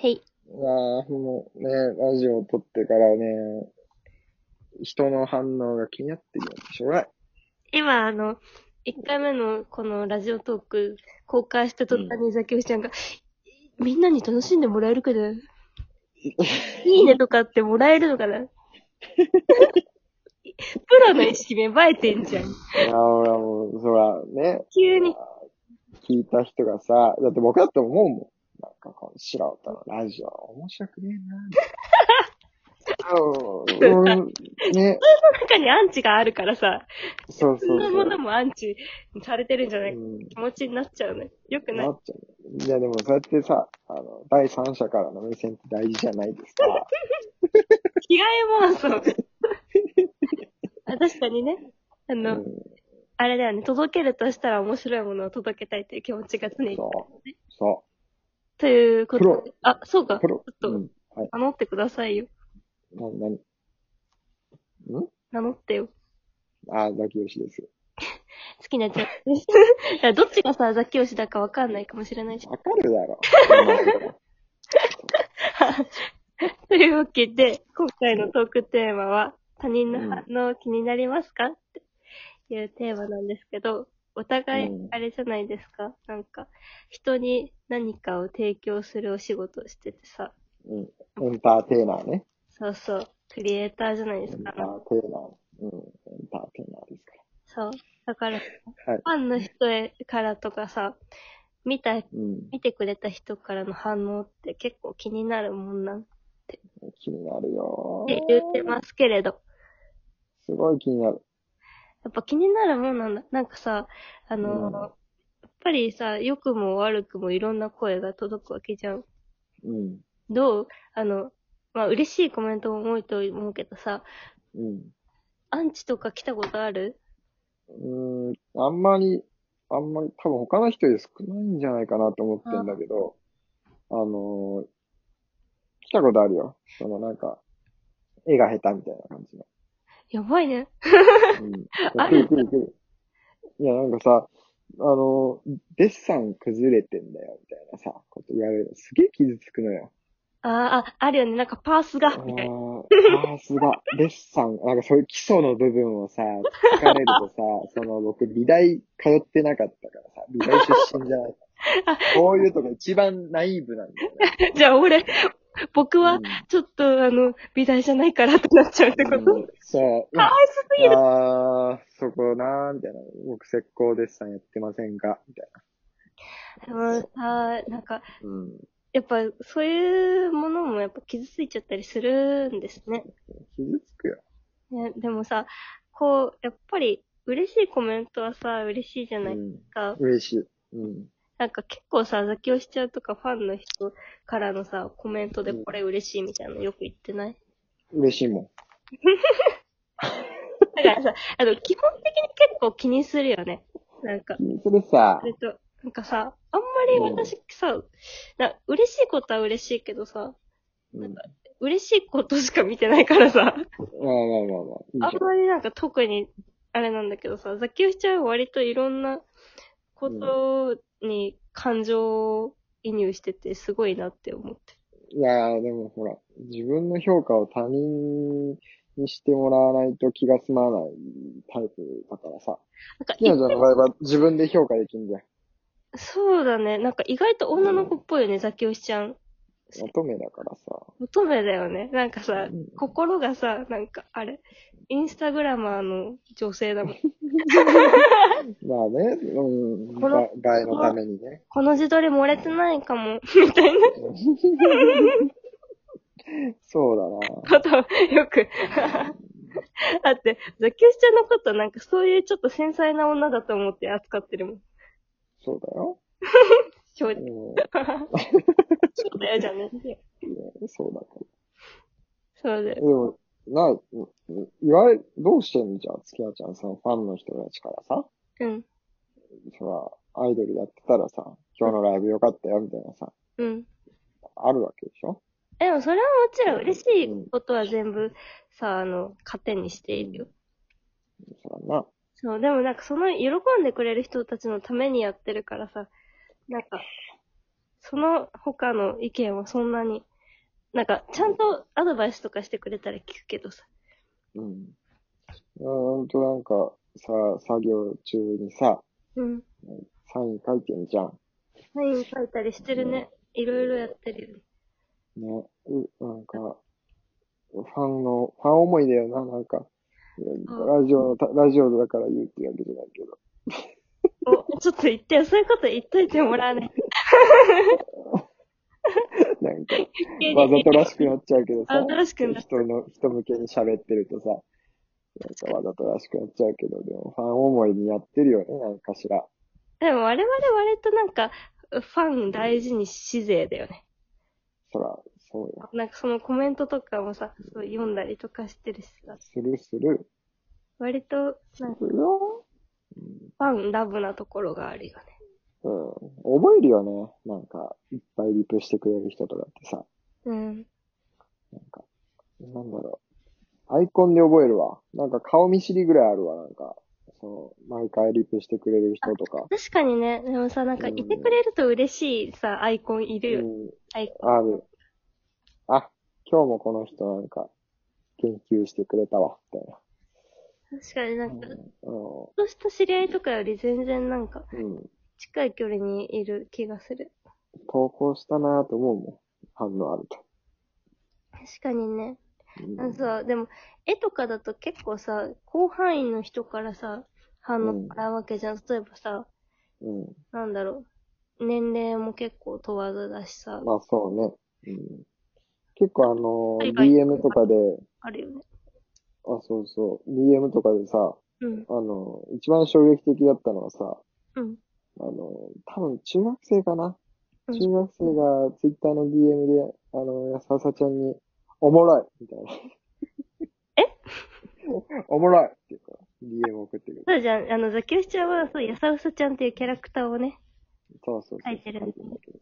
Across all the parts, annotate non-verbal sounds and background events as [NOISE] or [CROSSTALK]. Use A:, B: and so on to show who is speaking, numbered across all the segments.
A: はい。
B: まあ、もうね、ラジオを撮ってからね、人の反応が気になってるよ。しょうがない。
A: 今、あの、1回目のこのラジオトーク公開した途端にザキオシちゃんが、みんなに楽しんでもらえるか [LAUGHS] ないいねとかってもらえるのかな [LAUGHS] プロの意識芽生えてんじゃん。
B: いや、ほらもう、そら、ね、
A: 急に。
B: 聞いた人がさ、だって僕だって思うもん。なんかこの素人のラジオ、面白くねえな。うんうん、ね、
A: 中にアンチがあるからさ、
B: そう
A: そ
B: そ
A: ん
B: う
A: な
B: そ
A: も
B: う
A: の。もアンチされてるんじゃないか
B: うん
A: 気持ちになっちゃうね。よくない
B: な。っちゃうね。いや、でもそうやってさ、あの、第三者からの目線って大事じゃないですか。 [LAUGHS]
A: 着替え妄想。あ [LAUGHS] 確かにね。あ
B: う
A: の、
B: ん、
A: あれだよね。届けるとしたら面白いものを届けたいという気持ちが常に。
B: そう。そ
A: というこ
B: プ
A: と
B: ロ
A: で。あ、そう
B: う。
A: か。
B: プ
A: ち
B: ロ
A: ょっ。と
B: うん。はい。
A: 名乗ってくださいよ。
B: な、なに
A: 名乗ってよ。
B: ああ、ザキヨシです。
A: 好きな [LAUGHS] やつ。いやどっちがさ、ザキヨシだかわかんないかもしれないし。
B: わかるだろ。
A: [LAUGHS] というわけで、今回のトークテーマは、他人の反応気になりますかっていうテーマなんですけど、お互い
B: うん、
A: あれじゃないですかなんか、人に何かを提供するお仕事をしててさ、
B: うん。エンターテイナーね。
A: そうそう、クリエイターじゃないで
B: エ
A: す
B: ンタ
A: か。
B: ーテイナー。うん。エンターテイナーですか
A: そう。だから、フ
B: ら。はい。
A: ァンの人へからとかさ、見た、
B: うん。
A: 見てくれた人からの反応って結構気になるもんなん
B: 気になるよ
A: て言ってますけれど。
B: すごい気になる。
A: やっぱ気になるもんなんだ。なんかさ、あのー
B: うん
A: やっぱりさ、良くも悪くもいろんな声が届くわけじゃん。
B: うん。
A: どうあの、まあ、嬉しいコメントも多いと思うけどさ、
B: うん。
A: アンチとか来たことある
B: うーん、あんまり、あんまり、多分他の人より少ないんじゃないかなと思ってんだけど、あのー来たことあるよ。そのなんか、絵が下手みたいな感じの。
A: やばいね。
B: うん。
A: あ
B: 来
A: る
B: る来る来る。いや、なんかさ、あのーデッサン崩れてんだよ、みたいなさ、こと言われる。すげえ傷つくのよ。
A: あーあ、あるよね。なんかパースが、
B: あ
A: みたいな。
B: ーあー、すごい。デッサン、なんかそういう基礎の部分をさ、書かれるとさ、 [LAUGHS] その僕、美大通ってなかったからさ、美大出身じゃないから。こういうとこ一番ナイーブなんだよね。
A: じゃあ俺、僕は
B: うん、
A: ちょっと、あの、美大じゃないからってなっちゃうってこと。
B: うんそう。
A: かわいすぎる。
B: ああ、そこなー、みたいな。僕、石膏デッサンやってませんかみたい
A: でもさ、なんか、
B: な。うん。
A: やっぱ、そういうものもやっぱ傷ついちゃったりするんですね。
B: 傷つくよ。
A: ね、でもさ、こう、やっぱり、嬉しいコメントはさ、嬉しいじゃ
B: う
A: ない
B: ん。
A: か。
B: 嬉しい。うん。
A: なんか結構さ、ザキオシちゃんとかファンの人からのさ、コメントで
B: うん
A: これ嬉しいみたいなのよく言ってない、 [LAUGHS]
B: 嬉しいもん。
A: だからさ、あの、基本的に結構気にするよね。なんか、
B: それさ
A: そ、れと、なんかさ、あんまり私さ、な嬉しいことは嬉しいけどさ、
B: うん。ま
A: 嬉しいことしか見てないからさ、
B: あまあまあまあ。いいじゃ
A: あんまりなんか特に、あれなんだけどさ、ザキオシちゃんは割といろんなことに感情移入してて、すごいなって思って。
B: いやー、でもほら、自分の評価を他人にしてもらわないと気が済まないタイプだからさ。
A: なんか
B: ひなちゃんの場合は自分で評価できんじゃん。
A: い、そうだね。なんか意外と女の子っぽいよね、ザキオシちゃん。
B: 乙女だからさ。
A: 乙女だよね。なんかさ
B: うん、
A: 心がさ、なんかあれ、インスタグラマーの女性だもん。
B: まあね、うん、
A: この
B: ば映えのためにね。
A: この自撮り漏れてないかも、みたいな
B: そうだな。
A: ことをよく。 [LAUGHS] だって、ザキオシちゃんのことなんかそういうちょっと繊細な女だと思って扱ってるもん。
B: そうだよ。
A: 正
B: う
A: 直。
B: ん、
A: そうだよ、じゃねえよ
B: そうだから。
A: そうだ
B: で
A: よ。
B: も、な、うん言われ、どうしてんのじゃん、月夜ちゃんさ、ファンの人たちからさ、
A: うん。
B: そら、アイドルやってたらさ、今日のライブ良かったよ、みたいなさ、
A: うん。
B: あるわけでしょ
A: でもそれはもちろん嬉しいことは全部さ、あの、糧にしているよ。
B: そらな。
A: そう、でもなんかその喜んでくれる人たちのためにやってるからさ、なんか、その他の意見はそんなに、なんか、ちゃんとアドバイスとかしてくれたら聞くけどさ。
B: うん。いやほんとなんか、さ、作業中にさ、
A: うん。
B: サイン書いてるじゃん。
A: サイン書いたりしてるね。いろいろやってるよね。
B: ね、う、なんか、ファンの、ファン思いだよな、なんか。ラジオのた、ラジオだから言うってわけじゃないけど。
A: お、ちょっと言ってよ。そういうこと言っといてもらわない。
B: なんか、
A: 急
B: わざ
A: に
B: とらしくなっちゃうけど
A: わ
B: さ
A: ざとらし、くなっ
B: 人の、人向けに喋ってるとさ、なんかわざとらしくなっちゃうけど、でもファン思いにやってるよね、なんかしら。
A: でも我々割となんか、ファン大事にし勢だよね。
B: そら、そうよ。
A: なんかそのコメントとかもさ、そう読んだりとかしてるしさ。
B: するする。
A: 割と、なんか
B: するよ。
A: ファンラブなところがあるよね。
B: うん。覚えるよね。なんか、いっぱいリプしてくれる人とかってさ、
A: うん。
B: なんか、なんだろう。アイコンで覚えるわ。なんか顔見知りぐらいあるわ、なんか。その、毎回リプしてくれる人とか。
A: 確かにね、でもさ、なんかいてくれると嬉しいさ、アイコンいうるよね。
B: ん、
A: アイコン。
B: ある。あ、今日もこの人なんか、研究してくれたわ、みたいな。
A: 確かになんか、ちょっ
B: う
A: とした知り合いとかより全然なんか、
B: ん。うん。
A: 近い距離にいる気がする。
B: 投稿したなぁと思うもん。反応あると。
A: 確かにね。
B: うん
A: あのさ、でも、絵とかだと結構さ、広範囲の人からさ、反応もらうわけじゃん。例えばさ、
B: うん。
A: なんだろう、年齢も結構問わずだしさ、
B: まあそうね。うん、結構あの
A: 海、外
B: DM とかで、
A: あるよね。
B: あ、そうそう、DM とかでさ、
A: うん、
B: あの、一番衝撃的だったのはさ、
A: うん、
B: あの、多分中学生かな
A: うん
B: 中学生が Twitter の DM で、あの、ささちゃんに、おもろいみたいな。
A: [LAUGHS]
B: えおもろいっていうから、DM 送ってくる。
A: そうじゃん、あの、ザキウシちゃんは、そう、やさうさちゃんっていうキャラクターを [LAUGHS] ね、
B: そうそうそう。
A: 書いてるんだ
B: 書いてるんだけど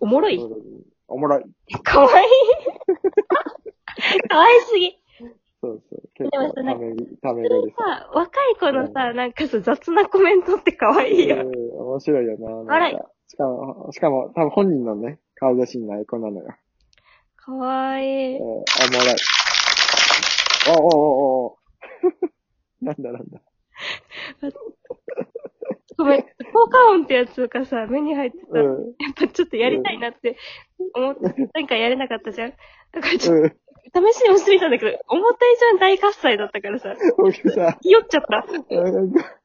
A: おもろい
B: おもろい
A: かわいいかわいすぎ
B: そうそう。結
A: でも
B: 構、
A: さ
B: た
A: なんか
B: めに、ためらでさ。
A: さ、若い子のさ、なんかさ、雑なコメントってかわいいよ。
B: うん面白いよな。なんか
A: あれ
B: しかも、しかも、多分本人のね、顔写真のアイコンなのよ。
A: かわい
B: え
A: い
B: ー、お。もろい。おおおおお [LAUGHS] なんだなんだ。
A: ごめん、効果音ってやつがさ、目に入ってた。
B: [LAUGHS]
A: や
B: うん。うん。
A: っぱちょっとやりたいなって思って、なんかやれなかったじゃん。だからちょっと、試しに押してみたんだけど、思った以上に大喝采だったからさ、
B: 僕さ、
A: 酔っちゃった。
B: なんか、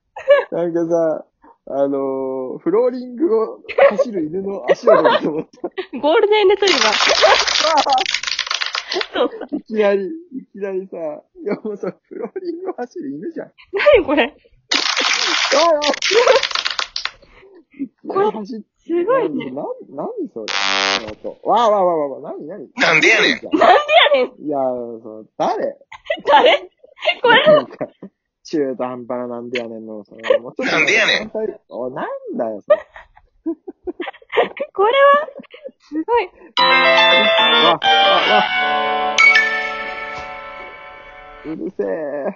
B: なんかさ、あのー、フローリングを走る犬の足音だと思った。
A: ゴールデンレトリバー。そう、
B: いきなり、いきなりさ、いやもうさ、フローリングを走る犬じゃん。
A: 何これ
B: おいおい
A: これ
B: 走っ
A: すごいね。
B: な、なにそれその音。わあわあわあわあわあ、なになになんでやねんなんで
A: やね
B: んいや、その、誰
A: 誰これ
B: なんか中途半端ななんでやねんの、その、もうちょっと
C: なんでやねん
B: お、なんだよ、それ。
A: これは、すごい。
B: わ、わ、わ。うるせ
A: う
B: え。
A: る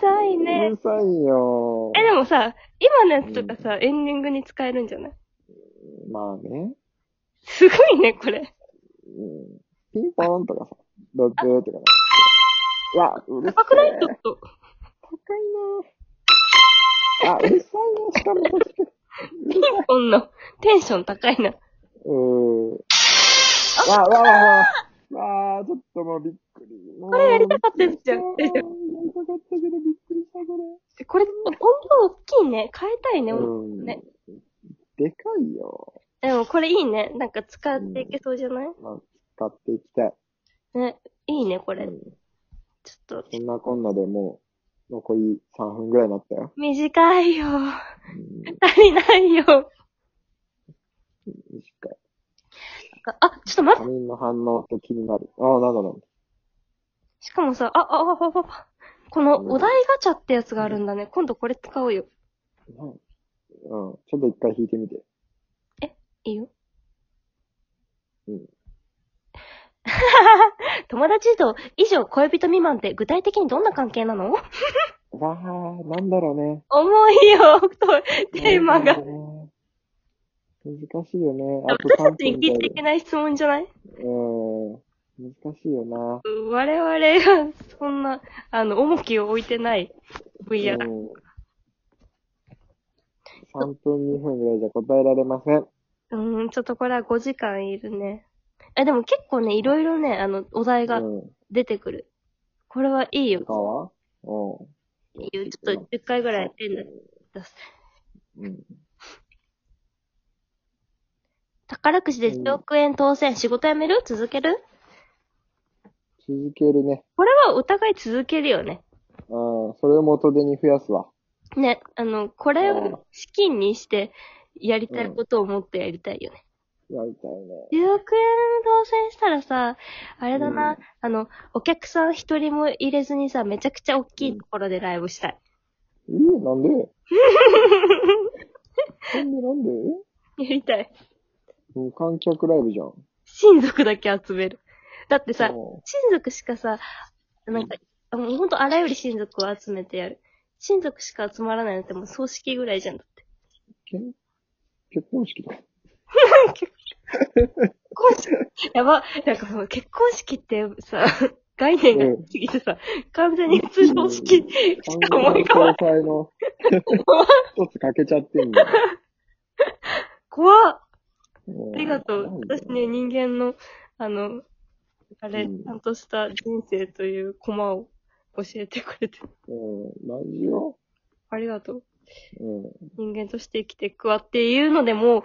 A: さいうね
B: る。さいよ。
A: え、でもさ、今のやつとかさ、エンディングに使えるんじゃない
B: まあね。
A: すごいね、これ。
B: うん。ピンポーンとかさ、ドッグーとかね。うわ、うるせえ。
A: 高くないちょっと。
B: 高いなぁ。あ、うるさいなしかもこっち。
A: ピンポンのテンション高いな。
B: うーん。わ、わ、
A: [LAUGHS]
B: わ、わ。わあ、ちょっともうびっくり。こ
A: これやりたかったやつじゃん
B: やりたかったけどびっくりした、これ。
A: これ、音大きいね。変えたいね。
B: うん。
A: ね
B: でかいよ。
A: でもこれいいね。なんか使っていけそうじゃない
B: まあ、使っていきたい。
A: ね。いいね、こ
B: う
A: れ。
B: ん。
A: ちょっと。
B: そんなこんなでもう、残り3分ぐらいになったよ。
A: 短いよ。
B: うん。
A: 足りないよ。なん
B: 短い。
A: かあ、ちょっと待って。
B: 他人の反応って気になる。ああ、なんだなんだ。
A: しかもさ、あ、あ、あ、あ、あ、あ、このお題ガチャってやつがあるんだね。今度これ使お
B: [LAUGHS]
A: うよ。
B: うん。うんちょっと一回弾いてみて。
A: いいよ。
B: うん
A: 友達と以上恋人未満って具体的にどんな関係なの
B: わ
A: [LAUGHS]
B: あ、なんだろうね。
A: 重いよ、とテーマが。
B: うん難しいよね。あと
A: 私た
B: 3
A: ちに
B: 分
A: 聞いちゃ
B: で
A: い。けない質問じゃない
B: うん。難しいよな。
A: うん我々がそんな、あの、重きを置いてない分野だ。
B: うん、3分、2分ぐらいじゃ答えられません。
A: うん、ちょっとこれは5時間いるね。え、でも結構ね、いろいろね、あの、お題が
B: うん。
A: 出てくる。これはいいよ。
B: 他はう
A: いいよちょっと10回ぐらいやってんだ。出す
B: ん。うん。
A: 宝くじで
B: うん
A: 1億円当選、仕事辞める続ける
B: 続けるね。
A: これはお互い続けるよね。
B: うん。それを元手に増やすわ。
A: ね、あの、これ
B: うん
A: を資金にして、やりたいことを持ってやりたいよね。
B: やりたいね。
A: 10億円当選したらさ、あれだな、
B: うん
A: あの、お客さん一人も入れずにさ、めちゃくちゃ大きいところでライブしたい。 [LAUGHS]
B: えー、なんでなんでなんで
A: やりたい。
B: もう観客ライブじゃん。
A: 親族だけ集める。だってさ、
B: う
A: 親族しかさ、なんか、もうほんとあらゆる親族を集めてやる。親族しか集まらないのってもう葬式ぐらいじゃん。だって。
B: けん結婚式とか。
A: 結婚式、 [LAUGHS] やば、なんかもう結婚式ってさ、概念が過ぎてさ、完全に普通の式しか思い浮かばない。
B: 関西の [LAUGHS] 一つ欠けちゃってんだよ。
A: 怖っ
B: う
A: [LAUGHS]
B: ん
A: ありがとう。私ね、。人間の、あの、あれ、
B: うん
A: ちゃんとした人生というコマを教えてくれて、
B: うん。ラジオ
A: ありがとう。
B: うん。
A: 人間として生きていくわっていうのでもう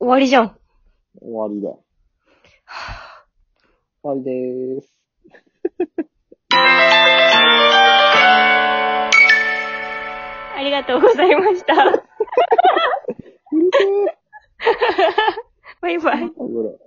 A: 終わりじゃん。
B: 終わりだ。終わりでーす。
A: ありがとうございました。
B: うるせえ
A: バイバイ。
B: なんだこれ。